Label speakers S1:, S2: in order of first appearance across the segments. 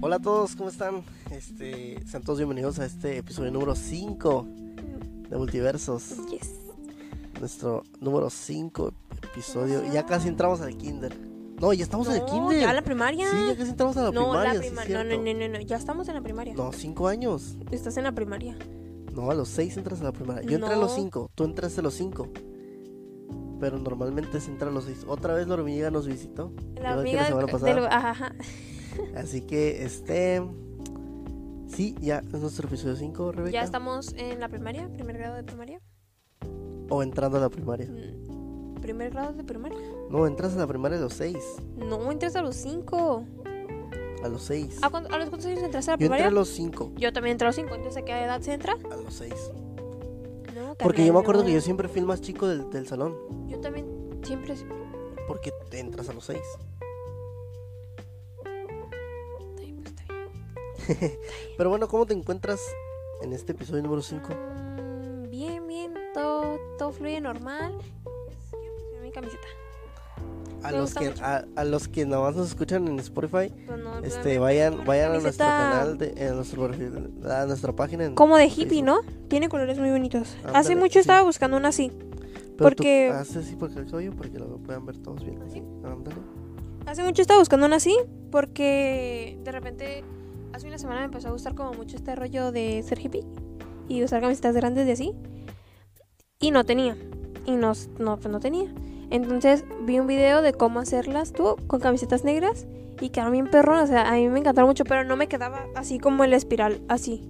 S1: Hola a todos, ¿cómo están? Este, sean todos bienvenidos a este episodio número 5 de Multiversos.
S2: Yes.
S1: Nuestro número 5 episodio. Ya casi entramos al kinder. No, ya estamos en el
S2: No,
S1: kinder.
S2: ya la primaria.
S1: Sí, ya casi entramos a la
S2: no,
S1: primaria.
S2: la
S1: sí es
S2: primaria. No,
S1: cierto.
S2: no, no, no, no, ya estamos en la primaria.
S1: No, cinco años.
S2: Estás en la primaria.
S1: No, a los seis entras a la primaria. Yo entré a los
S2: No.
S1: cinco, tú entraste a los cinco. Pero normalmente se entra a los seis. Otra vez la hormiga nos visitó.
S2: La
S1: Igual que
S2: amiga
S1: la semana
S2: del-
S1: pasada.
S2: del- ajá, ajá.
S1: Así que, este. Sí, ya es nuestro episodio 5, Rebeca.
S2: Ya estamos en la primaria, primer grado de primaria.
S1: O entrando a la primaria.
S2: Mm, Primer grado de primaria.
S1: No, entras a la primaria a los seis.
S2: No, entras a los cinco.
S1: A los seis.
S2: ¿A, cuán- a los cuántos años entraste a la
S1: Yo entré
S2: primaria?
S1: a los cinco.
S2: Yo también entré a los cinco. Entonces, ¿a qué edad se entra?
S1: A los seis.
S2: No,
S1: Porque yo me acuerdo que yo
S2: carnal,
S1: siempre fui el más chico del, del salón.
S2: no. Yo también siempre.
S1: Porque te entras a los seis.
S2: Ay, pues, está bien.
S1: Pero bueno, ¿cómo te encuentras en este episodio número 5?
S2: Mm, Bien, bien, todo, todo fluye normal. Quiero presionar mi camiseta.
S1: A
S2: Me
S1: los,
S2: gusta
S1: que,
S2: mucho.
S1: a, a los que nada más nos escuchan en Spotify,
S2: Pues no,
S1: este, vayan, vayan a nuestro
S2: camiseta.
S1: canal, de, a, nuestro perfil- a nuestra página. en-
S2: Como de hippie,
S1: Facebook.
S2: ¿no? Tiene colores muy bonitos.
S1: Ándale,
S2: Hace mucho
S1: sí.
S2: estaba buscando una así.
S1: Pero
S2: porque-
S1: tú- ah, sí, sí, porque el cabello, porque lo puedan ver todos bien.
S2: ¿Así?
S1: Ándale.
S2: Hace mucho estaba buscando una así porque de repente hace una semana me empezó a gustar como mucho este rollo de ser hippie y usar camisetas grandes de así. Y no tenía. Y no, no, pues no tenía. Entonces vi un video de cómo hacerlas tú con camisetas negras y quedaron bien perrón. O sea, a mí me encantaron mucho, pero no me quedaba así como el espiral, así.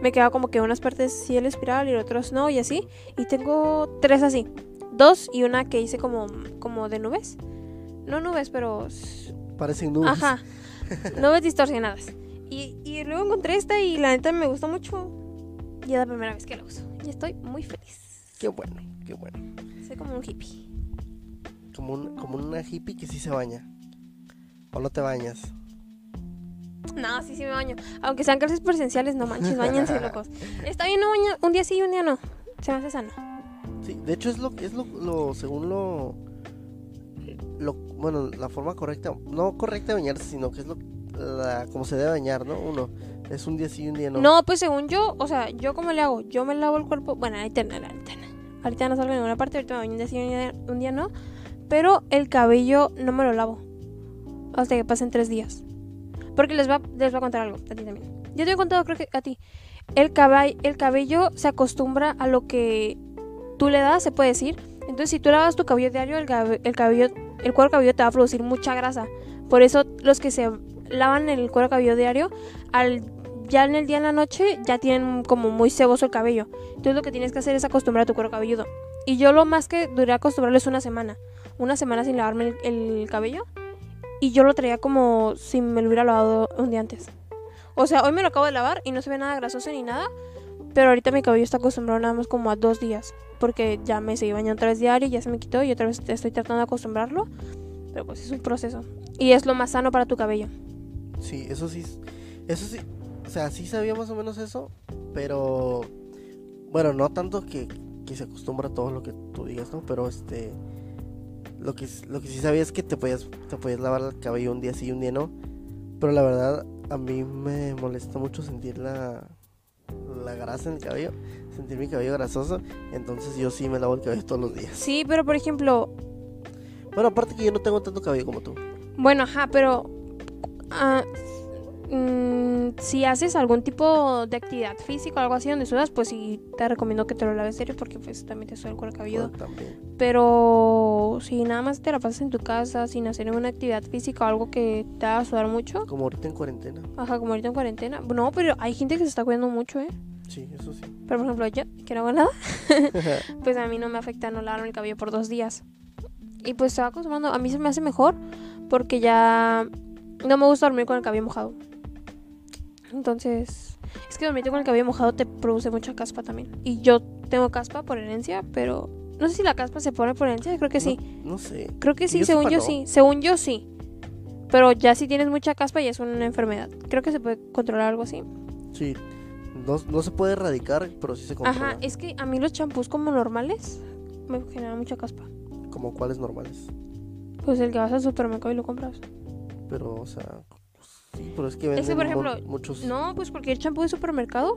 S2: Me quedaba como que unas partes sí el espiral y otras no y así. Y tengo tres así. Dos y una que hice como, como de nubes. No nubes, pero s-
S1: Parecen nubes.
S2: Ajá. Nubes distorsionadas. Y, y luego encontré esta y la neta me gustó mucho. Y es la primera vez que la uso. Y estoy muy feliz.
S1: Qué bueno, qué bueno.
S2: Soy como un hippie.
S1: Como, un- como una hippie que sí se baña. O no te bañas.
S2: No, sí, sí me baño. Aunque sean clases presenciales, no manches, bañense, locos. Está bien, no baño. Un día sí y un día no. Se me hace sano.
S1: Sí, de hecho es lo es lo, lo- según lo, lo bueno, la forma correcta, no correcta de bañarse, sino que es lo la, como se debe bañar, ¿no? Uno es un día sí y un día no.
S2: No. pues según yo, o sea, ¿yo cómo le hago? Yo me lavo el cuerpo. Bueno, ahorita no, ahorita no. Ahorita no salgo en ninguna parte, ahorita me baño un día sí y un día, un día no. Pero el cabello no me lo lavo. Hasta que pasen tres días. Porque les va, les va a contar algo, a ti también. Yo te he contado, creo que a ti. El, cabal- el cabello se acostumbra a lo que tú le das, se puede decir. Entonces, si tú lavas tu cabello diario, el, gabe- el cabello, el cuero cabello te va a producir mucha grasa. Por eso los que se lavan el cuero cabello diario, al ya en el día en la noche ya tienen como muy ceboso el cabello. Entonces lo que tienes que hacer es acostumbrar a tu cuero cabelludo. Y yo lo más que duré acostumbrarlo es una semana. Una semana sin lavarme el, el cabello. Y yo lo traía como si me lo hubiera lavado un día antes. O sea, hoy me lo acabo de lavar y no se ve nada grasoso ni nada. Pero ahorita mi cabello está acostumbrado nada más como a dos días. Porque ya me seguí bañando otra vez diario, ya se me quitó y otra vez estoy tratando de acostumbrarlo. Pero pues es un proceso. Y es lo más sano para tu cabello.
S1: Sí, eso sí, es- eso sí, o sea, sí sabía más o menos eso, pero bueno, no tanto que, que se acostumbra a todo lo que tú digas, ¿no? Pero este, lo que, s- lo que sí sabía es que te podías, te podías lavar el cabello un día sí y un día no, pero la verdad a mí me molesta mucho sentir la, la grasa en el cabello, sentir mi cabello grasoso, entonces yo sí me lavo el cabello todos los días.
S2: Sí, pero por ejemplo,
S1: Bueno, aparte que yo no tengo tanto cabello como tú.
S2: Bueno, ajá, pero ah, mm, si haces algún tipo de actividad física o algo así donde sudas, pues sí te recomiendo que te lo laves serio porque pues también te suda el cuero cabelludo.
S1: Bueno, también.
S2: Pero si nada más te la pasas en tu casa sin hacer ninguna actividad física o algo que te haga sudar mucho,
S1: Como ahorita en cuarentena.
S2: ajá, como ahorita en cuarentena. No, pero hay gente que se está cuidando mucho, ¿eh?
S1: Sí, eso sí.
S2: Pero por ejemplo yo, que no hago nada, pues a mí no me afecta no lavarme el cabello por dos días. Y pues se va acostumbrando, a mí se me hace mejor porque ya no me gusta dormir con el cabello mojado. Entonces, es que dormir con el cabello mojado te produce mucha caspa también. Y yo tengo caspa por herencia, pero no sé si la caspa se pone por herencia, creo que sí.
S1: No, no sé.
S2: Creo que
S1: Que
S2: sí,
S1: yo
S2: según
S1: sepa,
S2: yo
S1: no.
S2: sí, según yo sí. Pero ya si tienes mucha caspa ya es una enfermedad. Creo que se puede controlar algo así.
S1: Sí, no, no se puede erradicar, pero sí se controla.
S2: Ajá, es que a mí los champús como normales me generan mucha caspa.
S1: Como cuáles normales.
S2: Pues el que vas al supermercado y lo compras.
S1: Pero, o sea, Sí, pero es que
S2: Es
S1: venden
S2: que, por
S1: mon-
S2: ejemplo,
S1: muchos.
S2: No, pues cualquier champú de supermercado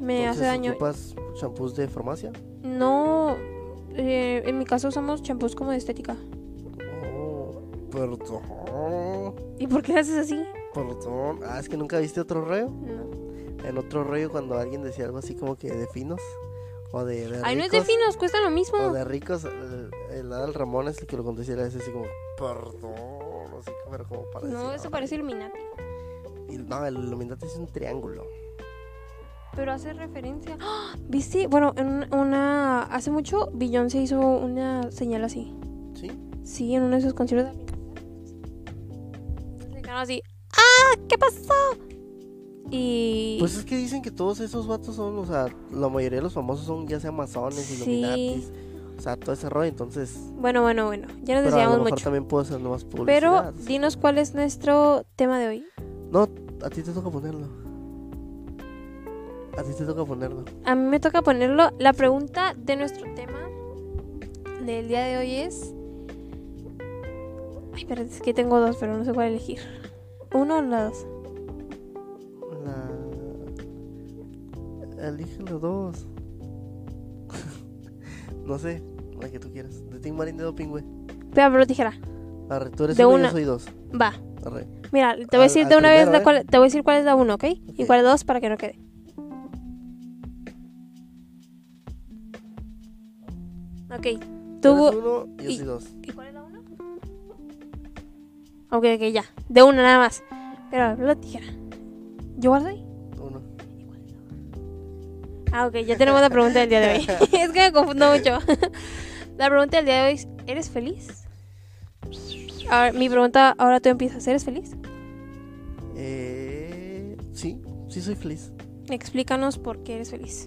S2: me
S1: Entonces,
S2: hace daño.
S1: ¿Ocupas champús de farmacia?
S2: No, eh, en mi caso usamos champús como de estética.
S1: Oh, perdón.
S2: ¿Y por qué haces así?
S1: Perdón. Ah, es que nunca viste otro rollo.
S2: No.
S1: En otro rollo, cuando alguien decía algo así como que de finos o de. de
S2: Ay, no es de
S1: ricos,
S2: finos, cuesta lo mismo.
S1: O de ricos, el, el Adal Ramón es el que lo contó y era ese así como, perdón, así como- pero como para
S2: No,
S1: decir,
S2: eso
S1: "Ay".
S2: parece Illuminati.
S1: Y no, el Illuminati es un triángulo.
S2: Pero hace referencia. ¡Ah! ¿Viste? Bueno, en una- una. Hace mucho, Billon se hizo una señal así.
S1: ¿Sí?
S2: Sí, en uno de sus conciertos. Se quedaron así. ¡Ah! ¿Qué pasó? Y.
S1: Pues es que dicen que todos esos vatos son, o sea, la mayoría de los famosos son ya sea masones,
S2: Sí.
S1: Illuminatis, o sea, todo ese rollo, entonces.
S2: bueno, bueno, bueno. Ya nos
S1: Pero a lo
S2: desviamos
S1: mejor
S2: mucho.
S1: también puedo hacer nuevas
S2: Pero
S1: publicidades.
S2: dinos cuál es nuestro tema de hoy.
S1: No, a ti te toca ponerlo. A ti te toca ponerlo.
S2: A mí me toca ponerlo. La pregunta de nuestro tema del día de hoy es. Ay, espérate, es que tengo dos, pero no sé cuál elegir. Uno o la dos.
S1: La... Elige los dos. no sé, la que tú quieras. De Tim Marín de Pingüe.
S2: Pero, pero tijera.
S1: Arre, tú eres
S2: De
S1: uno y
S2: una.
S1: yo soy dos.
S2: Va.
S1: Arre.
S2: Mira, te voy
S1: Al-
S2: a decir
S1: al
S2: de una vez
S1: primero,
S2: la
S1: ¿eh?
S2: cual, te voy a decir cuál es la 1, ¿ok? Y
S1: Ok.
S2: cuál es la 2 para que no quede. Ok.
S1: Tú
S2: Tú
S1: eres uno y yo
S2: y-
S1: soy dos.
S2: ¿Y cuál es la 1? Ok, ok, ya. De una nada más. Pero la tijera. ¿Yo guardé?
S1: Uno.
S2: Ah, ok, ya tenemos la pregunta del día de hoy. es que me confundo mucho. la pregunta del día de hoy es, ¿eres feliz? Ahora, mi pregunta, ahora tú empiezas, ¿eres feliz?
S1: Eh, sí, sí soy feliz.
S2: Explícanos por qué eres feliz.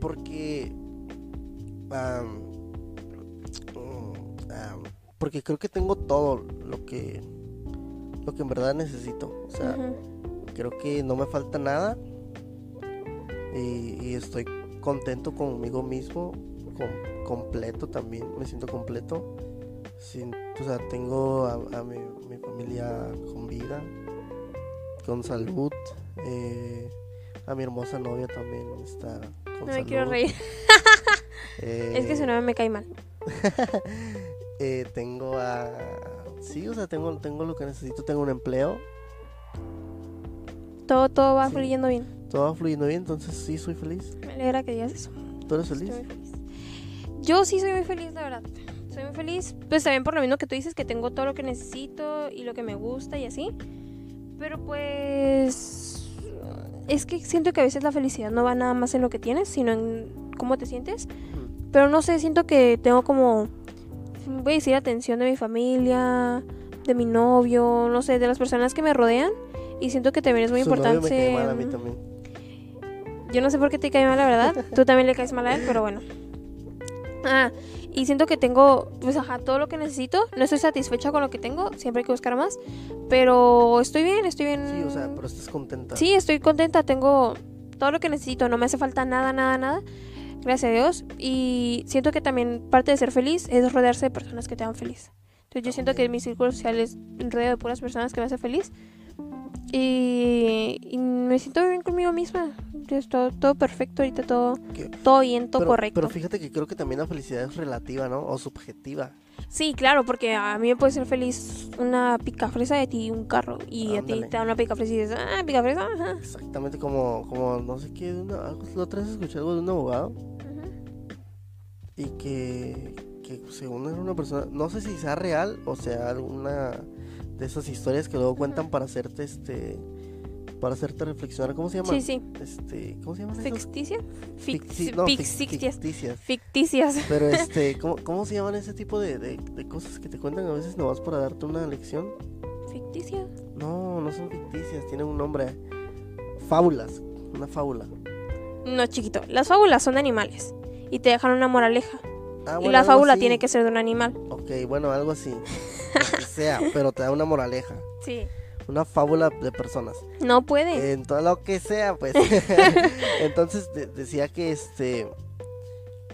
S1: Porque. am, mm, am, porque creo que tengo todo lo que. Lo que en verdad necesito. O sea,
S2: Ujú.
S1: creo que no me falta nada y, y estoy contento conmigo mismo, com- completo también, me siento completo. Sin, o sea, tengo a, a mi, mi familia con vida, con salud, eh, a mi hermosa novia también está con
S2: No
S1: salud.
S2: me quiero reír.
S1: eh,
S2: Es que su nombre me cae mal.
S1: eh, tengo a... Sí, o sea, tengo, tengo lo que necesito, tengo un empleo,
S2: Todo, todo va
S1: Sí.
S2: fluyendo bien.
S1: todo va fluyendo bien, entonces sí, soy feliz.
S2: Me alegra que digas eso.
S1: ¿Tú eres
S2: Estoy
S1: feliz?
S2: muy feliz. Yo sí soy muy feliz, la verdad. Soy muy feliz. Pues también por lo mismo que tú dices que tengo todo lo que necesito y lo que me gusta y así. Pero pues es que siento que a veces la felicidad no va nada más en lo que tienes, sino en cómo te sientes.
S1: Ujú.
S2: Pero no sé, siento que tengo como voy a decir atención de mi familia, de mi novio, no sé, de las personas que me rodean y siento que también es muy
S1: Su novio
S2: importante.
S1: me cae mal a mí también.
S2: Yo no sé por qué te cae mal, la verdad. Tú también le caes mal a él, pero bueno. Ah, y siento que tengo, pues ajá, todo lo que necesito. No estoy satisfecha con lo que tengo, siempre hay que buscar más. Pero estoy bien, estoy bien.
S1: Sí, o sea, pero estás contenta.
S2: Sí, estoy contenta, tengo todo lo que necesito, no me hace falta nada, nada, nada. Gracias a Dios. Y siento que también parte de ser feliz es rodearse de personas que te hagan feliz. Entonces yo siento que mi círculo social es rodeo de puras personas que me hacen feliz. Y, y me siento bien conmigo misma. Es todo, todo perfecto ahorita, todo,
S1: ¿Qué?
S2: todo bien, todo
S1: pero,
S2: correcto.
S1: Pero fíjate que creo que también la felicidad es relativa, ¿no? O subjetiva.
S2: Sí, claro, porque a mí me puede ser feliz una pica fresa de ti y un carro. Y a
S1: Ándale.
S2: ti te da una pica fresa y dices, ah, pica fresa. ajá".
S1: Exactamente como, como no sé qué, de una, algo- la otra vez escuché algo de un abogado
S2: Ujú.
S1: y que, que según era una persona, no sé si sea real o sea alguna de esas historias que luego cuentan para hacerte este para hacerte reflexionar, ¿cómo se llama?
S2: Sí, sí.
S1: Este, ¿cómo se llaman esas?
S2: ¿Ficticia?
S1: Ficti-
S2: Ficti-
S1: no, fic-
S2: Ficticias.
S1: ficticias.
S2: Ficticias.
S1: Pero este, ¿cómo, ¿cómo se llaman ese tipo de, de, de cosas que te cuentan a veces nomás para darte una lección?
S2: Ficticia.
S1: No, no son ficticias, tienen un nombre. Fábulas, una fábula.
S2: No, chiquito. Las fábulas son de animales. Y te dejan una moraleja.
S1: Ah,
S2: y
S1: bueno,
S2: la
S1: algo
S2: fábula
S1: así.
S2: tiene que ser de un animal.
S1: Ok, bueno, algo así. Lo que sea, pero te da una moraleja.
S2: Sí.
S1: Una fábula de personas.
S2: No puede.
S1: En todo lo que sea, pues. Entonces de- decía que este.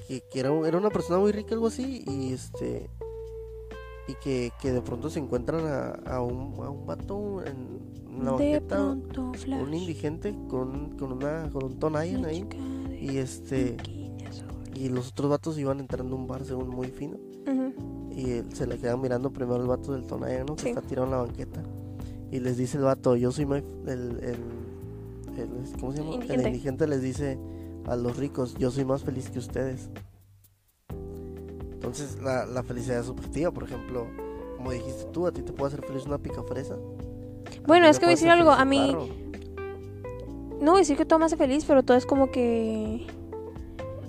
S1: Que, que era, un- era una persona muy rica, algo así, y este. Y que, que de pronto se encuentran a, a un, a un vato en, en la
S2: de
S1: banqueta
S2: pronto, flash.
S1: un indigente con, con una con un Tony
S2: una
S1: ahí
S2: chica de
S1: y este
S2: bikini azul.
S1: y los otros vatos iban entrando a un bar según muy fino
S2: Ujú.
S1: y él- se le quedan mirando primero el vato del Tony ¿no? que
S2: Sí.
S1: está tirado en la banqueta y les dice el vato yo soy my- el, el, el- ¿cómo se llama? el
S2: Indigente.
S1: indigente les dice a los ricos yo soy más feliz que ustedes entonces la, la felicidad es subjetiva por ejemplo como dijiste tú a ti te puede hacer feliz una pica fresa
S2: Bueno, es que voy a decir algo. A mí,
S1: mí
S2: no voy a decir que todo me hace feliz, pero todo es como que.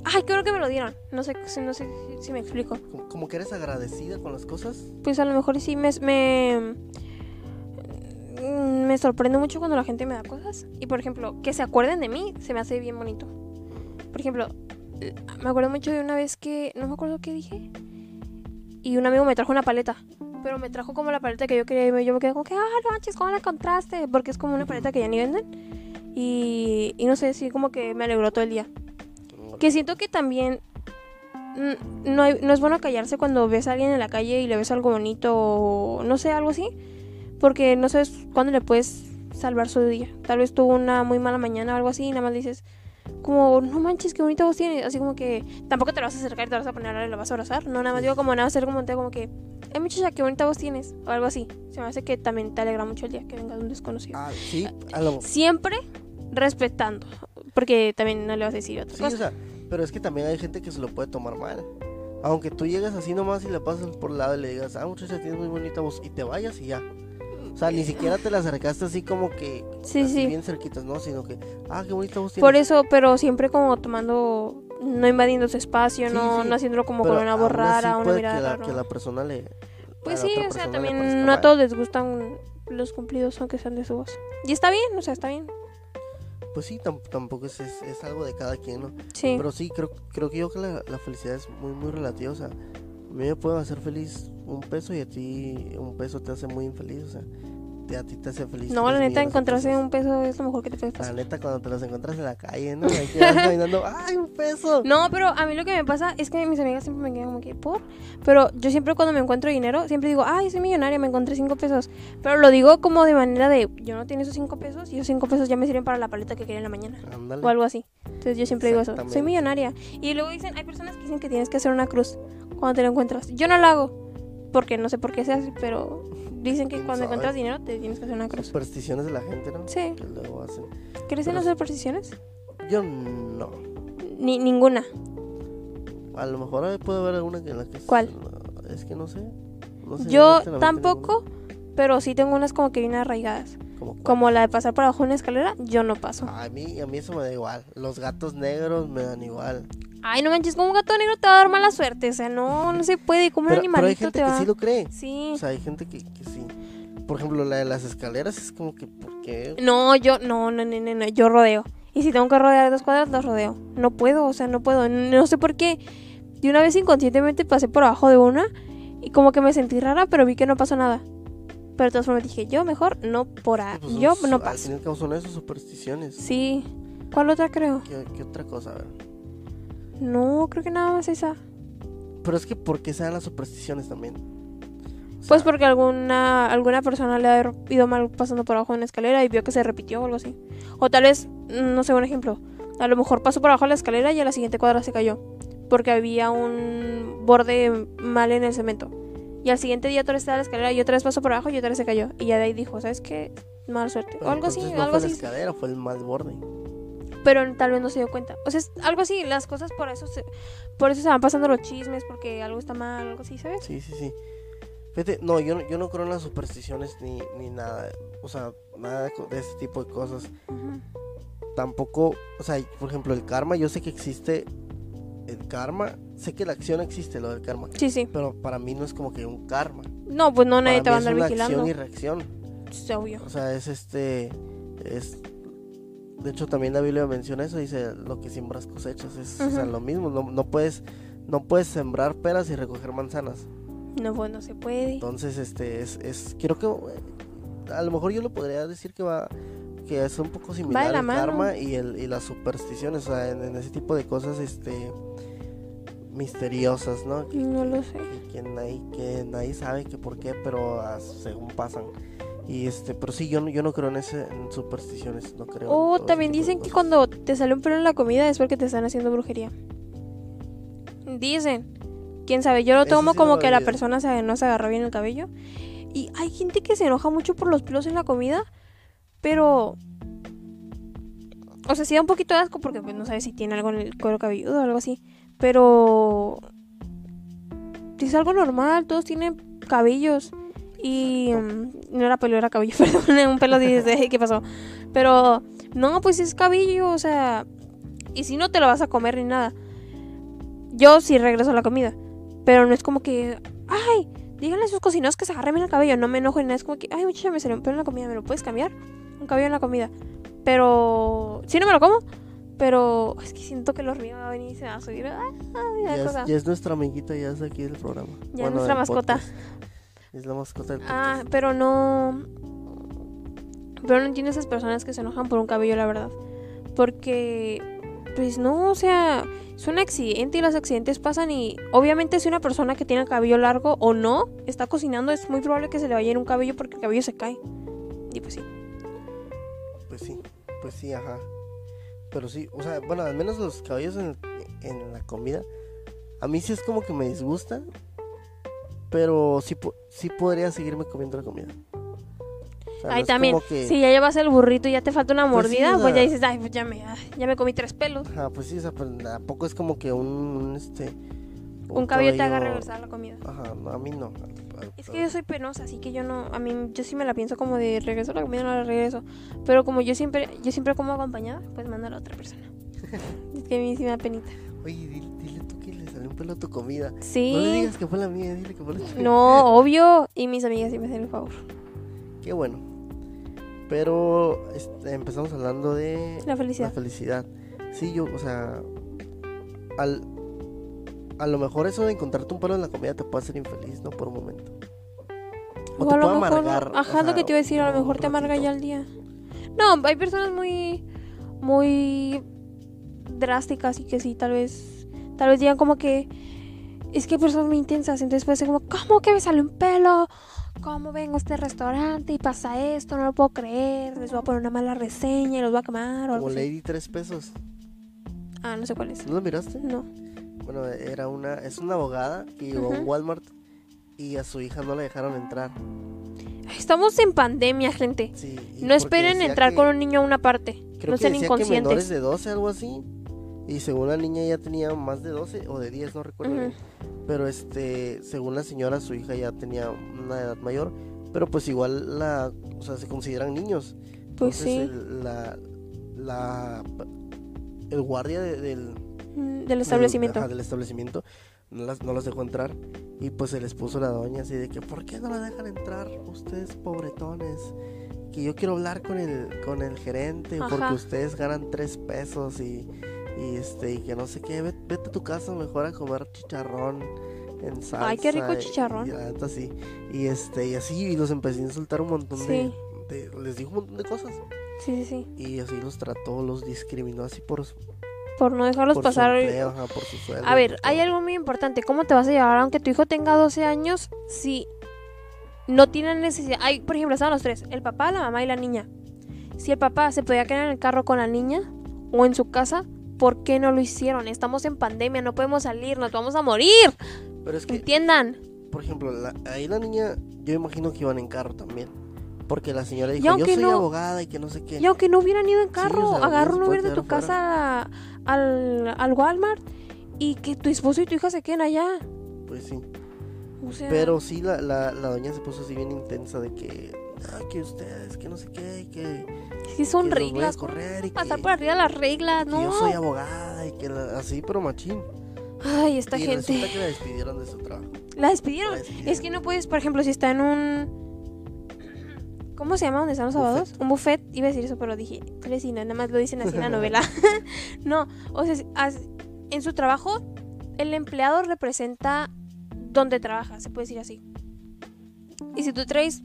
S2: Ay, creo que me lo dieron. No sé, si- no sé si me explico.
S1: como, como que eres agradecida con las cosas.
S2: Pues a lo mejor sí me. me mm, me sorprende mucho cuando la gente me da cosas. Y por ejemplo, que se acuerden de mí, se me hace bien bonito. Por ejemplo, eh, me acuerdo mucho de una vez que. No me acuerdo qué dije. Y un amigo me trajo una paleta. Pero me trajo como la paleta que yo quería. Y me- yo me quedé como que, ah, no manches, ¿cómo la encontraste? Porque es como una paleta que ya ni venden. Y, y no sé, sí, como que me alegró todo el día. Que siento que también mm, no, hay- no es bueno callarse cuando ves a alguien en la calle y le ves algo bonito o no sé, algo así. Porque no sabes cuándo le puedes salvar su día. Tal vez tuvo una muy mala mañana o algo así y nada más le dices como, no manches, qué bonita voz tiene. Así como que tampoco te la vas a acercar y te la vas a poner a hablar y la vas a abrazar. No, nada más digo como nada más hacer como un teo como que, ay muchacha, qué bonita voz tienes. O algo así. Se me hace que también te alegra mucho el día que venga de un desconocido.
S1: Ah, sí, a lo
S2: Siempre respetando. Porque también no le vas a decir otra
S1: sí, o
S2: cosa.
S1: sea, pero es que también hay gente que se lo puede tomar mal. Aunque tú llegas así nomás y le pasas por el lado y le digas, ah, muchacha, tienes muy bonita voz, y te vayas y ya. O sea, ni siquiera te la acercaste así como que
S2: Sí,
S1: así
S2: sí.
S1: bien cerquitas, ¿no? Sino que, ah, qué bonita voz tienes.
S2: Por eso, pero siempre como tomando, no invadiendo su espacio,
S1: Sí,
S2: no,
S1: sí.
S2: no haciéndolo como
S1: Pero
S2: con una voz
S1: aún así
S2: rara, una
S1: puede
S2: mirada
S1: que la,
S2: rara.
S1: que la persona le.
S2: Pues
S1: a la
S2: sí,
S1: otra
S2: o sea,
S1: persona le
S2: también
S1: parezca
S2: no a
S1: mal.
S2: todos les gustan los cumplidos, aunque sean de su voz. Y está bien, o sea, está bien.
S1: Pues sí, tam- tampoco es, es, es algo de cada quien, ¿no?
S2: Sí.
S1: Pero sí, creo, creo que yo que la, la felicidad es muy, muy relativa. O sea, a mí me puede hacer feliz un peso y a ti un peso te hace muy infeliz. O sea, te- a ti te hace feliz.
S2: no, la
S1: tres
S2: neta,
S1: millones de
S2: encontrarse
S1: pesos.
S2: un peso es lo mejor que te puede
S1: La
S2: pasar.
S1: neta, cuando te los encuentras en la calle, ¿no? Ahí que vas caminando, ¡ay, un peso!
S2: No, pero a mí lo que me pasa es que mis amigas siempre me quedan como que, ¿por? Pero yo siempre cuando me encuentro dinero, siempre digo, ay, soy millonaria, me encontré cinco pesos. Pero lo digo como de manera de, yo no tengo esos cinco pesos y esos cinco pesos ya me sirven para la paleta que quería en la mañana.
S1: Ándale.
S2: o algo así. Entonces yo siempre digo eso, soy
S1: Exactamente.
S2: millonaria. Y luego dicen, hay personas que dicen que tienes que hacer una cruz cuando te lo encuentras. Yo no lo hago, porque no sé por qué se hace, pero dicen que
S1: ¿Quién
S2: cuando
S1: sabe?
S2: encuentras dinero te tienes que hacer una cruz.
S1: Supersticiones de la gente, ¿no?
S2: Sí.
S1: Que luego hacen.
S2: ¿Crees en
S1: Pero
S2: las
S1: sí.
S2: supersticiones?
S1: Yo no.
S2: Ni, ninguna.
S1: A lo mejor ahí puede haber alguna que la que.
S2: ¿Cuál?
S1: No, es que no sé. No sé, no
S2: yo
S1: se me mete
S2: tampoco, pero sí tengo unas como que bien arraigadas.
S1: ninguna. Como cuál.
S2: Como la de pasar por abajo de una escalera, yo no paso.
S1: A mí, a mí eso me da igual. Los gatos negros me dan igual.
S2: Ay, no manches, como un gato negro te va a dar mala suerte. O sea, no, no se puede. Como un
S1: Pero, pero hay
S2: animalito
S1: gente
S2: te
S1: que
S2: va.
S1: sí lo cree.
S2: Sí.
S1: O sea, hay gente que, que sí. Por ejemplo, la de las escaleras es como que, ¿por qué?
S2: No, yo, no, no, no, no, no, yo rodeo. Y si tengo que rodear dos cuadras, los rodeo. No puedo, o sea, no puedo. No sé por qué. De una vez inconscientemente pasé por abajo de una y como que me sentí rara, pero vi que no pasó nada. Pero de todas formas dije, yo mejor no por ahí.
S1: Pues son
S2: yo
S1: su-
S2: no
S1: Al
S2: paso.
S1: fin y al cabo son esas supersticiones.
S2: Sí. ¿Cuál otra creo?
S1: ¿Qué, qué otra cosa? A ver.
S2: No, creo que nada más esa.
S1: Pero es que, ¿por qué se dan las supersticiones también? O sea,
S2: Pues porque alguna alguna persona le ha ido mal pasando por abajo de una escalera y vio que se repitió o algo así. O tal vez, mm, no sé, un ejemplo. A lo mejor pasó por abajo de la escalera y a la siguiente cuadra se cayó. Porque había un borde mal en el cemento. Y al siguiente día otra vez estaba la escalera y otra vez pasó por abajo y otra vez se cayó. Y ya de ahí dijo, ¿sabes qué? Mala suerte.
S1: pero
S2: O algo así,
S1: pues entonces no
S2: algo
S1: fue la
S2: así.
S1: escalera, fue el mal borde.
S2: Pero tal vez no se dio cuenta. O sea, es algo así. Las cosas por eso se, por eso se van pasando los chismes, porque algo está mal, algo así, ¿sabes?
S1: Sí, sí, sí. Fíjate, no, yo, no- yo no creo en las supersticiones ni, ni nada. O sea, nada co- de ese tipo de cosas.
S2: Ujú.
S1: Tampoco, o sea, por ejemplo, el karma, yo sé que existe el karma. Sé que la acción existe, lo del karma.
S2: Sí, sí.
S1: Pero para mí no es como que un karma.
S2: No, pues no, nadie te va a
S1: Para mí
S2: andar
S1: es una
S2: vigilando.
S1: acción y reacción.
S2: Es obvio.
S1: O sea, es este. Es, de hecho, también la Biblia menciona eso: dice lo que siembras cosechas. Es o sea,
S2: Ujú.
S1: lo mismo. No, no puedes, no puedes sembrar peras y recoger manzanas.
S2: No, pues no se puede.
S1: Entonces, este es. es creo que. eh, A lo mejor yo lo podría decir que va. Que es un poco similar
S2: la
S1: el
S2: mano.
S1: karma y, el, y las supersticiones. O sea, en, en ese tipo de cosas, este. misteriosas, ¿no? Que,
S2: No lo sé.
S1: que- que nadie, que nadie sabe que por qué, pero ah, según pasan. Y este, pero sí, yo no, yo no creo en ese, en supersticiones, no creo. en todo
S2: O
S1: ese
S2: Oh, también
S1: tipo de
S2: dicen que
S1: cosas.
S2: cuando te sale un pelo en la comida es porque te están haciendo brujería. Dicen. Quién sabe, yo lo
S1: Eso
S2: tomo
S1: sí no
S2: como
S1: lo
S2: que la
S1: había.
S2: persona se, no se agarró bien el cabello. Y hay gente que se enoja mucho por los pelos en la comida, pero... O sea, sí da un poquito de asco porque pues, no sabes si tiene algo en el cuero cabelludo o algo así. Pero... Es algo normal, todos tienen cabellos. Y... mm, No era pelo, era cabello, perdón, un pelo dice, ¿qué pasó? Pero... No, pues es cabello, o sea. Y si no te lo vas a comer ni nada. Yo sí regreso a la comida. Pero no es como que. ¡Ay! Díganle a sus cocineros que se agarren bien el cabello. No me enojo ni nada. Es como que. ¡Ay, muchacha, me salió un pelo en la comida! ¿Me lo puedes cambiar? Un cabello en la comida. Pero. Sí, no me lo como. Pero. Es que siento que los ríos va a venir y se va a subir. ¡Ah!
S1: Ya
S2: ya
S1: es,
S2: cosa.
S1: ya es nuestra amiguita, ya es aquí del programa.
S2: Ya es nuestra
S1: del
S2: mascota.
S1: podcast. Es la mascota del
S2: Ah,
S1: podcast.
S2: pero no. Pero no entiendo esas personas que se enojan por un cabello, la verdad. Porque. Pues no, o sea, es un accidente y los accidentes pasan y obviamente si una persona que tiene el cabello largo o no está cocinando es muy probable que se le vaya a ir un cabello porque el cabello se cae. Y pues sí.
S1: Pues sí, pues sí, ajá. Pero sí, o sea, bueno, al menos los cabellos en, en la comida. A mí sí es como que me disgusta. Pero sí, po- sí podría seguirme comiendo la comida. O sea, no
S2: Ay,
S1: es
S2: también,
S1: como que-
S2: si ya llevas el burrito y ya te falta una
S1: Pues sí,
S2: mordida,
S1: o
S2: pues ya
S1: sea-
S2: dices, ay, pues ya me, ay, ya me comí tres pelos.
S1: Ajá, pues sí, o sea, pues tampoco es como que un, un, este.
S2: Un, cabello te haga regresar a la comida.
S1: Ajá, no, a mí no.
S2: Es que yo soy penosa, así que yo no, a mí yo sí me la pienso como de regreso a la comida, no la regreso. Pero como yo siempre, yo siempre como acompañada, pues mando a la otra persona. es que a mí sí me da penita.
S1: Oye, dile, dile tú que le salió un pelo a tu comida. No le
S2: Sí.
S1: digas que fue la mía, dile que fue la tuya.
S2: No, obvio. Y mis amigas sí me hacen el favor.
S1: Qué bueno. Pero este, empezamos hablando de
S2: La felicidad.
S1: felicidad. Sí, yo, o sea, al, a lo mejor eso de encontrarte un palo en la comida te puede hacer infeliz, ¿no? Por un momento. O
S2: O
S1: te
S2: a lo
S1: puede
S2: mejor,
S1: amargar, o
S2: ajá, es lo
S1: sea,
S2: que te iba a decir, a lo
S1: un
S2: mejor te amarga
S1: ratito.
S2: ya el día. No, hay personas muy, muy drásticas y que sí, tal vez, tal vez digan como que, es que hay personas muy intensas, entonces puede ser como, ¿cómo que me sale un pelo? ¿Cómo vengo a este restaurante y pasa esto? No lo puedo creer, les voy a poner una mala reseña y los voy a quemar o algo
S1: Como
S2: así.
S1: Lady Tres Pesos.
S2: Ah, no sé cuál es.
S1: ¿No lo miraste?
S2: No.
S1: Bueno, era una, es una abogada que llegó a un
S2: Ujú.
S1: Walmart y a su hija no la dejaron entrar.
S2: Estamos en pandemia, gente.
S1: Sí, y
S2: No
S1: porque
S2: esperen
S1: decía
S2: entrar
S1: que-
S2: con un niño a una parte.
S1: Creo que
S2: No sean
S1: decía que menores
S2: inconscientes.
S1: de 12, algo así. Y según la niña ya tenía más de 12 o de 10, no recuerdo
S2: Ujú.
S1: bien. Pero este, según la señora, su hija ya tenía una edad mayor. Pero pues igual la, o sea, se consideran niños. Entonces,
S2: Pues sí.
S1: el- la, la, el guardia de- del,
S2: Mm, Del establecimiento.
S1: del, ajá, del establecimiento no las, no las dejó entrar. Y pues se les puso la doña así de que, ¿por qué no la dejan entrar ustedes pobretones? Que yo quiero hablar con el, con el gerente porque
S2: Ajá.
S1: ustedes ganan tres pesos y, y, este, y que no sé qué. Vete, vete a tu casa mejor a comer chicharrón en salsa.
S2: Ay, qué rico
S1: y-
S2: chicharrón.
S1: Y, la neta sí. Y, este, y así, y los empecé a insultar un montón de-
S2: Sí.
S1: de... Les dijo un montón de cosas.
S2: Sí, sí, sí.
S1: Y así los trató, los discriminó así por, su-
S2: Por no dejarlos
S1: por
S2: pasar.
S1: su empleo, ajá, por su sueldo.
S2: a ver,
S1: por
S2: hay
S1: todo.
S2: algo muy importante. ¿Cómo te vas a llevar aunque tu hijo tenga 12 años si no tienen necesidad? Ay, por ejemplo, estaban los tres, el papá, la mamá y la niña. Si el papá se podía quedar en el carro con la niña o en su casa, ¿por qué no lo hicieron? Estamos en pandemia, no podemos salir, nos vamos a morir.
S1: Pero es que,
S2: Entiendan.
S1: por ejemplo, la- ahí la niña, yo imagino que iban en carro también. Porque la señora dijo, yo
S2: aunque
S1: soy
S2: no-
S1: abogada y que no sé qué.
S2: Y aunque no hubieran ido en
S1: sea,
S2: carro,
S1: hubiera
S2: agarra
S1: sido
S2: un Uber de
S1: fuerte
S2: tu
S1: afuera.
S2: casa a- al, al Walmart y que tu esposo y tu hija se queden allá.
S1: Pues sí.
S2: O sea,
S1: Pero sí, la, la, la doña se puso así bien intensa de que, "Ah, que ustedes, que no sé qué, y que,
S2: sí son
S1: que los voy a
S2: reglas. ¿cómo
S1: correr y que,
S2: Pasar por arriba las reglas,
S1: que
S2: no.
S1: yo soy abogada y que la- así, pero machín.
S2: Ay, esta
S1: y resulta
S2: gente.
S1: que la despidieron de su trabajo.
S2: La despidieron.
S1: La despidieron.
S2: Es que no puedes, por ejemplo, si está en un. ¿Cómo se llama donde están los abogados? Un buffet. Iba a decir eso, pero dije. "Tú le decís, nada más lo dicen así en la novela. no, o sea, as- en su trabajo, el empleado representa donde trabaja, se puede decir así. Y si tú traes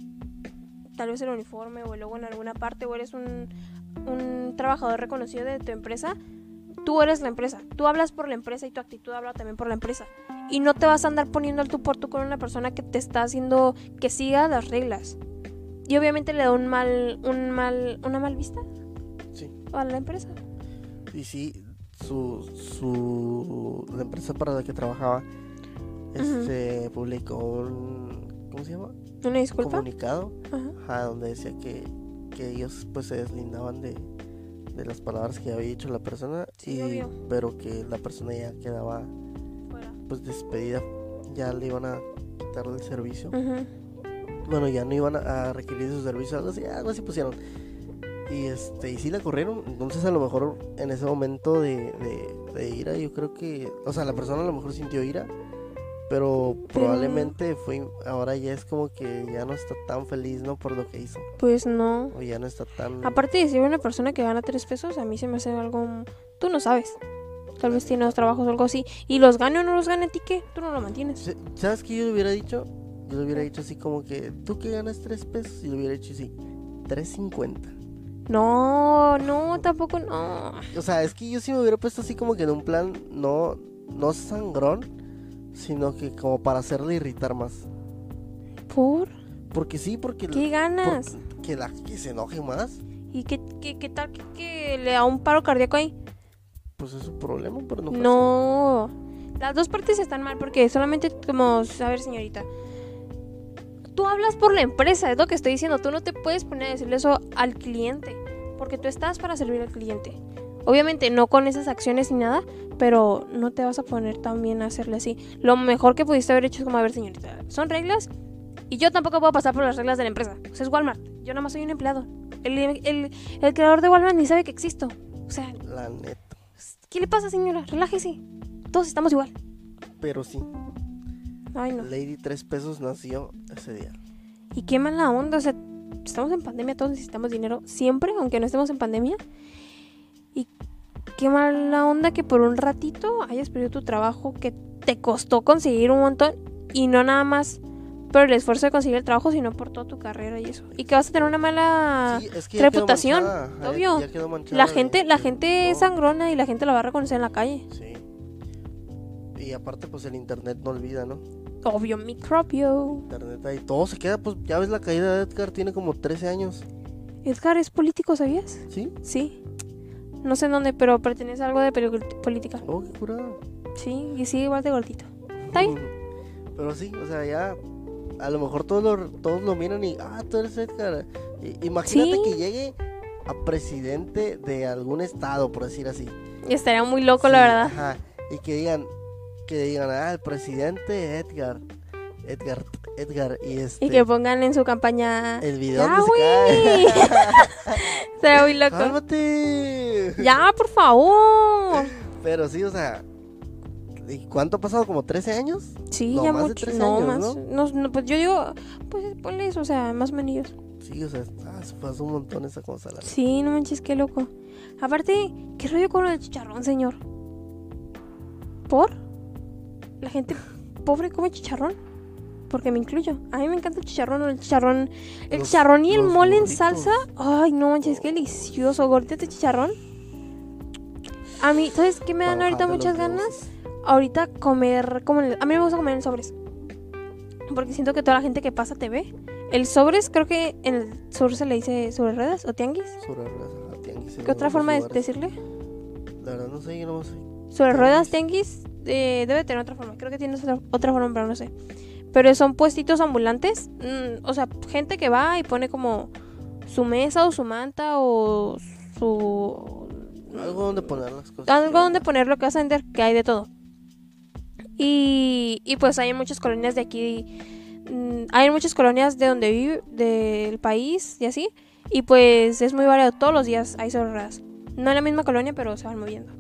S2: tal vez el uniforme o luego en alguna parte o eres un, un trabajador reconocido de tu empresa, Tú eres la empresa, tú hablas por la empresa y tu actitud habla también por la empresa. Y no te vas a andar poniendo al tú por tú con una persona que te está haciendo que siga las reglas. Y obviamente le da un mal, un mal, una mal vista
S1: Sí.
S2: a la empresa.
S1: Y sí, su, su, la empresa para la que trabajaba este, publicó un. ¿Cómo se llama?
S2: Una disculpa.
S1: Comunicado.
S2: Ajá.
S1: Ajá, donde decía que, que ellos pues se deslindaban de, de las palabras que había dicho la persona.
S2: Sí,
S1: y-
S2: obvio.
S1: pero que la persona ya quedaba
S2: Fuera.
S1: pues despedida. Ya le iban a quitar el servicio.
S2: Ujú.
S1: Bueno, ya no iban a a requerir de su servicio, algo así, algo así pusieron. Y este, y sí la corrieron. Entonces a lo mejor en ese momento de, de- de ira, yo creo que. O sea, la persona a lo mejor sintió ira. Pero probablemente fue. Ahora ya es como que ya no está tan feliz, ¿no? Por lo que hizo.
S2: Pues no.
S1: O ya no está tan.
S2: Aparte de ser una persona que gana tres pesos, a mí se me hace algo... Tú no sabes. Tal vez tiene dos trabajos o algo así. Y los gane o no los gane, ¿a ti qué? Tú no lo mantienes.
S1: Se- ¿Sabes qué yo le hubiera dicho? Yo le hubiera dicho así como que. Tú que ganas 3 pesos. Y le hubiera dicho así. 3.50.
S2: No, no, tampoco no.
S1: O sea, es que yo sí me hubiera puesto así como que en un plan no, no sangrón, sino que como para hacerle irritar más.
S2: ¿Por
S1: Porque sí, porque
S2: qué ganas?
S1: por- que la que se enoje más,
S2: ¿Y qué, qué, qué tal que, que le da un paro cardíaco ahí?
S1: pues es su problema, pero no. fue
S2: No. Las dos partes están mal porque solamente como, a ver señorita, tú hablas por la empresa, es lo que estoy diciendo, tú no te puedes poner a decirle eso al cliente, porque tú estás para servir al cliente. Obviamente no con esas acciones ni nada, pero no te vas a poner también a hacerle así. Lo mejor que pudiste haber hecho es como, a ver señorita, son reglas y yo tampoco puedo pasar por las reglas de la empresa. O sea, es Walmart, yo nada más soy un empleado. El, el- el creador de Walmart ni sabe que existo. O sea,
S1: así, La neta,
S2: Pues, ¿Qué le pasa, señora? Relájese. Todos estamos igual.
S1: pero sí.
S2: Ay, no.
S1: Lady Tres Pesos nació ese día.
S2: Y qué mala onda. O sea, estamos en pandemia, todos necesitamos dinero siempre, aunque no estemos en pandemia. Y qué mala onda que por un ratito hayas perdido tu trabajo que te costó conseguir un montón y no nada más por el esfuerzo de conseguir el trabajo, sino por toda tu carrera y eso. Y que vas a tener una mala...
S1: Sí, es que ya quedó
S2: Ah, reputación,
S1: manchada, ajá, ya-
S2: obvio.
S1: ya quedó manchada
S2: la
S1: de-
S2: gente, la
S1: de-
S2: gente es
S1: no,
S2: sangrona y la gente la va a reconocer en la calle.
S1: Sí. Y aparte, pues el internet no olvida, ¿no?
S2: Obvio, microbio.
S1: Internet ahí todo se queda, pues ya ves la caída de Edgar, tiene como 13 años.
S2: Edgar es político, ¿sabías?
S1: ¿Sí?
S2: Sí. No sé en dónde, pero pertenece a algo de peli- política.
S1: Oh, qué curado.
S2: Sí, y sigue igual de gordito. Está bien.
S1: Mm. Pero sí, o sea, ya a lo mejor todos lo, todos lo miran y, ah, tú eres Edgar. I- Imagínate
S2: Sí.
S1: que llegue a presidente de algún estado, por decir así.
S2: Y estaría muy loco, la
S1: Oh. Sí,
S2: verdad.
S1: Ajá. Y que digan, que digan, ah, el presidente Edgar. Edgar, Edgar. Y este,
S2: Y que pongan en su campaña.
S1: el video
S2: ¡Ya,
S1: donde Ah,
S2: güey!
S1: se cae.
S2: Estaría muy loco.
S1: ¡Cálmate!
S2: ¡Ya, por favor!
S1: Pero sí, o sea, ¿y cuánto ha pasado? ¿Como 13 años?
S2: Sí,
S1: No,
S2: ya
S1: más de
S2: mucho.
S1: tres
S2: no,
S1: años,
S2: más. No, no, pues yo digo, pues ponle eso, o sea, más manillos.
S1: Sí, o sea, ah, se fue hace un montón esa cosa. La... neta.
S2: Sí, no manches, qué loco. Aparte, ¿qué rollo con lo del chicharrón, señor? ¿Por? La gente pobre come chicharrón. Porque me incluyo. A mí me encanta el chicharrón, el chicharrón. El
S1: Los-
S2: chicharrón y el
S1: los
S2: mole en
S1: gorditos.
S2: salsa. Ay, no manches, qué delicioso. Gorditas de chicharrón. A mí, ¿sabes qué me dan
S1: Para
S2: ahorita
S1: bajarte los
S2: muchas ganas?
S1: dulces.
S2: ahorita comer como en el- a mí me gusta comer en sobres porque siento que toda la gente que pasa te ve el sobres creo que en el sur se le dice sobre ruedas o tianguis
S1: Sobre ruedas, ajá, tianguis, en
S2: qué otra
S1: algunos
S2: forma de
S1: lugares.
S2: decirle
S1: La verdad no sé, yo no sé.
S2: sobre
S1: Tianguis.
S2: ruedas tianguis eh, debe tener otra forma creo que tiene otra, otra forma pero no sé pero son puestitos ambulantes mm, o sea gente que va y pone como su mesa o su manta o su
S1: Algo donde poner las cosas.
S2: algo
S1: sí,
S2: donde
S1: ¿verdad?
S2: poner lo que vas a vender, que hay de todo. Y, y pues hay en muchas colonias de aquí, mm, hay en muchas colonias de donde vive, del país y así. Y pues es muy variado, todos los días hay zorras. No en la misma colonia, pero se van moviendo.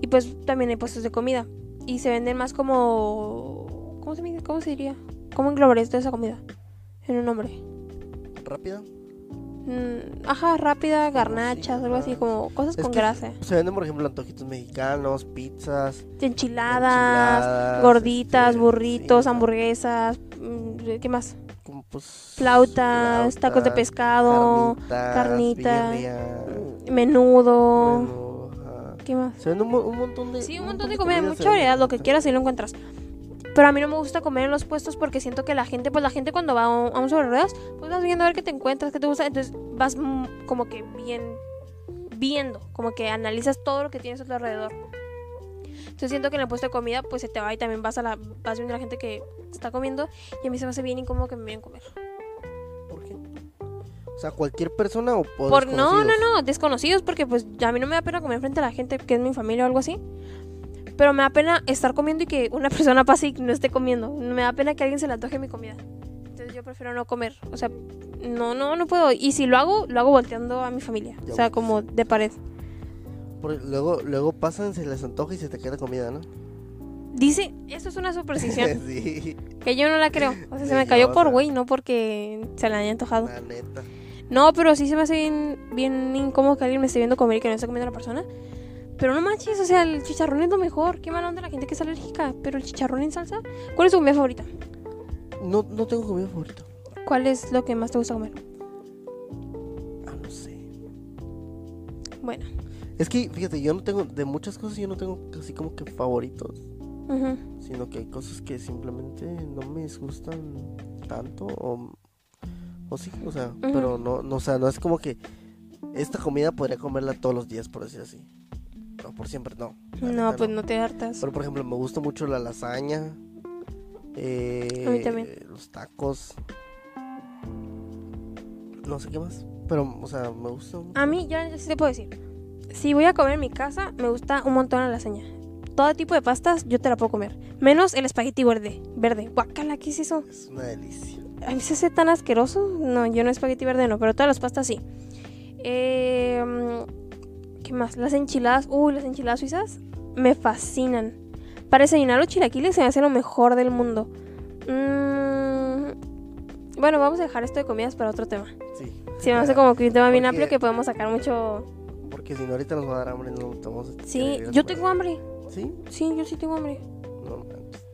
S2: Y pues también hay puestos de comida. Y se venden más como... ¿Cómo se, me- cómo se diría? ¿Cómo englobarías toda esa comida? En un nombre.
S1: Rápida.
S2: Mm, ajá, rápida, garnachas, algo así,
S1: ajá.
S2: como cosas
S1: Es
S2: con
S1: que
S2: grasa.
S1: Se venden, por ejemplo, antojitos mexicanos, pizzas,
S2: Enchiladas,
S1: enchiladas,
S2: gorditas,
S1: este,
S2: burritos,
S1: sí,
S2: hamburguesas, mm, ¿qué más?
S1: como, pues,
S2: Flautas, tacos de
S1: flautas,
S2: pescado,
S1: carnitas,
S2: carnitas,
S1: birria,
S2: mm,
S1: bueno,
S2: menudo,
S1: ajá.
S2: ¿Qué más?
S1: Se vende un, mo- un montón de.
S2: Sí, un montón de comida,
S1: se
S2: mucha
S1: vende.
S2: variedad, lo que quieras y lo encuentras. Pero a mí no me gusta comer en los puestos porque siento que la gente, pues la gente cuando va a un, a un sobre ruedas, pues vas viendo a ver qué te encuentras, qué te gusta, entonces vas mm, como que bien viendo, como que analizas todo lo que tienes a tu alrededor. Entonces siento que en el puesto de comida pues se te va y también vas a la vas viendo a la gente que está comiendo y a mí se me hace bien incómodo que me vean comer.
S1: ¿Por qué? O sea, cualquier persona o por.
S2: Por, no, no, no, desconocidos, porque pues ya a mí no me da pena comer frente a la gente que es mi familia o algo así. Pero me da pena estar comiendo y que una persona pase y no esté comiendo. Me da pena que alguien se le antoje mi comida. Entonces yo prefiero no comer. O sea, no, no, no puedo. Y si lo hago, lo hago volteando a mi familia.
S1: Ya
S2: O sea,
S1: ves.
S2: como de pared.
S1: luego, luego pasan, se les antoja y se te queda comida, ¿no?
S2: Dice, eso es una superstición,
S1: sí,
S2: que yo no la creo. O sea, se
S1: Sí,
S2: me cayó
S1: no, o
S2: por
S1: sea.
S2: güey, no porque se le haya antojado.
S1: la neta.
S2: No, pero sí se me hace bien, bien incómodo que alguien me esté viendo comer y que no esté comiendo a la persona. Pero no manches, o sea, el chicharrón es lo mejor. Qué mala onda la gente que es alérgica. Pero el chicharrón en salsa. ¿Cuál es tu comida favorita?
S1: No, no tengo comida favorita.
S2: ¿Cuál es lo que más te gusta comer?
S1: Ah, no sé.
S2: Bueno.
S1: Es que, fíjate, yo no tengo. De muchas cosas, yo no tengo así como que favoritos.
S2: ujú.
S1: Sino que hay cosas que simplemente no me gustan tanto. O, o sí, o sea, pero no, no, o sea, no es como que esta comida podría comerla todos los días, por decir así. No, por siempre, no. la
S2: No,
S1: neta,
S2: pues no te hartas.
S1: Pero por ejemplo, me gusta mucho la lasaña. eh,
S2: A mí también.
S1: Los tacos. No sé qué más. Pero, o sea, me gusta. mucho.
S2: A mí, yo la neta sí te puedo decir. Si voy a comer en mi casa, me gusta un montón la lasaña. Todo tipo de pastas, yo te la puedo comer. Menos el espagueti verde. Verde. Guacala, ¿qué es eso?
S1: Es una delicia.
S2: A mí se hace tan asqueroso. No, yo no espagueti verde, no, pero todas las pastas sí. Eh, mm, ¿Qué más? Las enchiladas. Uy, las enchiladas suizas me fascinan. Para desayunar los chilaquiles se me hace lo mejor del mundo. Mm, bueno, vamos a dejar esto de comidas para otro tema.
S1: Sí.
S2: Se me hace como que un tema bien
S1: Porque-
S2: amplio que podemos sacar mucho.
S1: Porque si no, ahorita nos va a dar hambre. No, este te vamos a querer
S2: Sí,
S1: ir a
S2: yo
S1: comer.
S2: tengo hambre.
S1: Sí.
S2: Sí, yo sí tengo hambre.
S1: No, manches.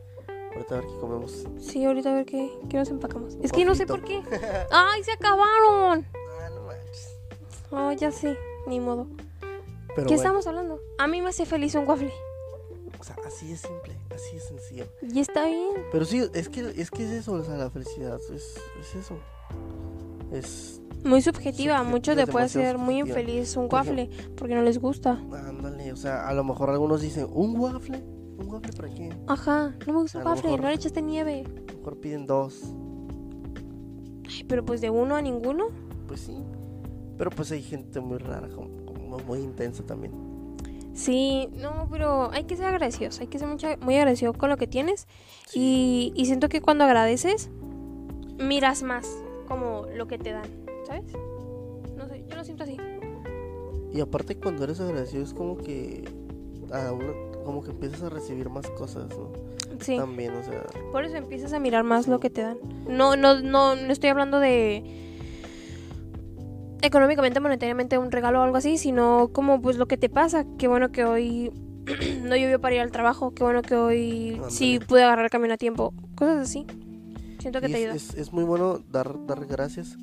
S1: Ahorita a ver qué comemos.
S2: Sí, ahorita a ver qué, qué nos empacamos. Es que no sé por qué.
S1: Poquito.
S2: ¡Ay, se acabaron!
S1: Ah, no manches.
S2: Oh, ya sí, ni modo.
S1: Pero bueno,
S2: ¿Qué estamos hablando? A mí me hace feliz un waffle.
S1: o sea, así es simple, así es sencillo.
S2: Y está bien.
S1: Pero sí, es que es, que es eso, o sea, la felicidad es, es eso. Es
S2: Muy subjetiva.
S1: Subjetiva,
S2: Muchos te puede
S1: demasiado
S2: hacer muy
S1: subjetiva.
S2: infeliz un
S1: Por
S2: waffle porque no les gusta.
S1: Ándale, o sea, a lo mejor algunos dicen, ¿un waffle? ¿Un waffle para qué?
S2: Ajá, no me gusta el
S1: A lo
S2: waffle,
S1: mejor.
S2: no le echaste nieve.
S1: A lo mejor piden dos.
S2: Ay, pero pues de uno a ninguno.
S1: Pues sí. Pero pues hay gente muy rara, como, como muy intensa también.
S2: Sí, no, pero hay que ser agradecidos. Hay que ser mucha- muy agradecido con lo que tienes. Y, y siento que cuando agradeces, miras más como lo que te dan. ¿Sabes? No sé, yo lo siento así.
S1: Y aparte cuando eres agradecido es como que a uno- como que empiezas a recibir más cosas, ¿no?
S2: Sí.
S1: También, o sea,
S2: Por eso empiezas a mirar más lo que te dan. No, no, no, no estoy hablando de económicamente, monetariamente un regalo o algo así, sino como pues lo que te pasa. Qué bueno que hoy no llovió para ir al trabajo, qué bueno que hoy sí
S1: Ándale.
S2: pude agarrar el camino a tiempo, cosas así. Siento que
S1: y
S2: te
S1: es,
S2: ayuda.
S1: es- es muy bueno dar, dar gracias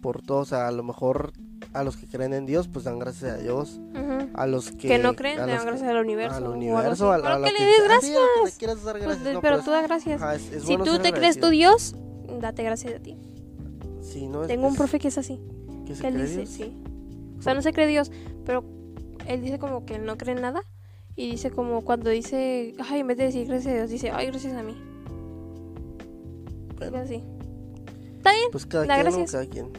S1: por todo, o sea, a lo mejor a los que creen en Dios, pues dan gracias a Dios,
S2: Ujú.
S1: a los
S2: que,
S1: que...
S2: no creen,
S1: a
S2: te
S1: los
S2: dan
S1: que-
S2: gracias al universo.
S1: al
S2: o algo
S1: universo,
S2: así.
S1: a, a
S2: Pero
S1: lo
S2: que le des
S1: ah, sí, a lo que
S2: gracias.
S1: te quieras dar
S2: Pues,
S1: gracias.
S2: de-
S1: no,
S2: pero
S1: es-
S2: tú das gracias.
S1: ajá, es- es
S2: si
S1: bueno
S2: tú
S1: ser
S2: te crees tu
S1: agradecido.
S2: Dios, date gracias a ti.
S1: Sí, no, es-
S2: Tengo
S1: Pues
S2: un
S1: es-
S2: profe que es así.
S1: que se
S2: Que él
S1: cree
S2: dice,
S1: Dios.
S2: sí. O sea, no se cree Dios, pero él dice como que él no cree en nada. Y dice como cuando dice, ay, en vez de decir gracias a Dios, dice, ay, gracias a mí.
S1: Bueno,
S2: Algo así. Está bien.
S1: pues cada
S2: da
S1: quien, ¿no?
S2: gracias.
S1: cada quien.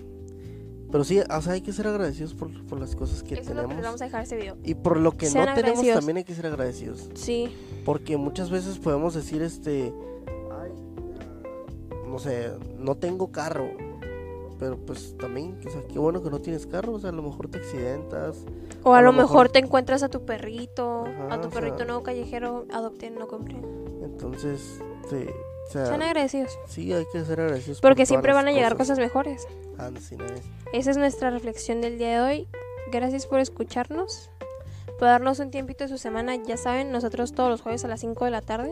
S1: Pero sí, o sea, hay que ser agradecidos por, por las cosas que
S2: Eso es lo que
S1: tenemos.
S2: les vamos a dejar este video.
S1: Y por lo que
S2: Sean
S1: no tenemos
S2: agradecidos.
S1: también hay que ser agradecidos.
S2: Sí.
S1: Porque muchas veces podemos decir, este, "Ay, ah, no sé, no tengo carro. Pero pues también, o sea, qué bueno que no tienes carro. O sea, a lo mejor te accidentas.
S2: O a,
S1: A
S2: lo
S1: lo
S2: mejor,
S1: mejor-
S2: te encuentras a tu perrito,
S1: Ajá,
S2: a tu
S1: o sea-
S2: perrito nuevo callejero, adopten, no compren.
S1: Entonces, sí, o sea,
S2: Sean agradecidos.
S1: sí, hay que ser agradecidos. por
S2: Porque
S1: todas
S2: siempre
S1: las
S2: van a llegar cosas mejores.
S1: Ah, sí, no es.
S2: Esa es nuestra reflexión del día de hoy. Gracias por escucharnos, por darnos un tiempito de su semana. Ya saben, nosotros todos los jueves a las 5 de la tarde,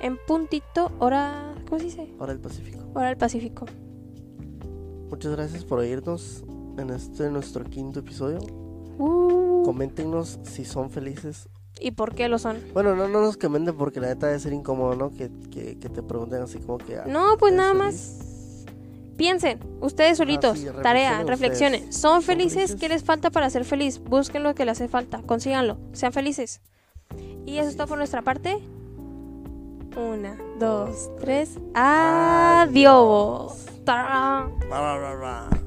S2: en puntito, hora, ¿cómo se dice?
S1: Ahora el Pacífico.
S2: Hora del Pacífico.
S1: Muchas gracias por oírnos en este nuestro quinto episodio.
S2: Uh,
S1: Coméntenos si son felices.
S2: ¿Y por qué lo son?
S1: Bueno, no, no nos comenten porque la neta debe ser incómodo, ¿no? Que, que, que te pregunten así como que. ah,
S2: No, pues
S1: ¿eres
S2: nada
S1: feliz?
S2: más. Piensen, ustedes solitos,
S1: Ah, sí,
S2: tarea,
S1: reflexionen
S2: reflexiones.
S1: ustedes.
S2: ¿Son
S1: ¿Son
S2: felices?
S1: felices?
S2: ¿Qué les falta para ser feliz? Busquen lo que les hace falta, consíganlo, sean felices. Y eso
S1: Así
S2: es todo
S1: es.
S2: por nuestra parte. Una, dos,
S1: Dos,
S2: tres.
S1: adiós.
S2: Adiós. Tarán.
S1: Ra, ra, ra, ra.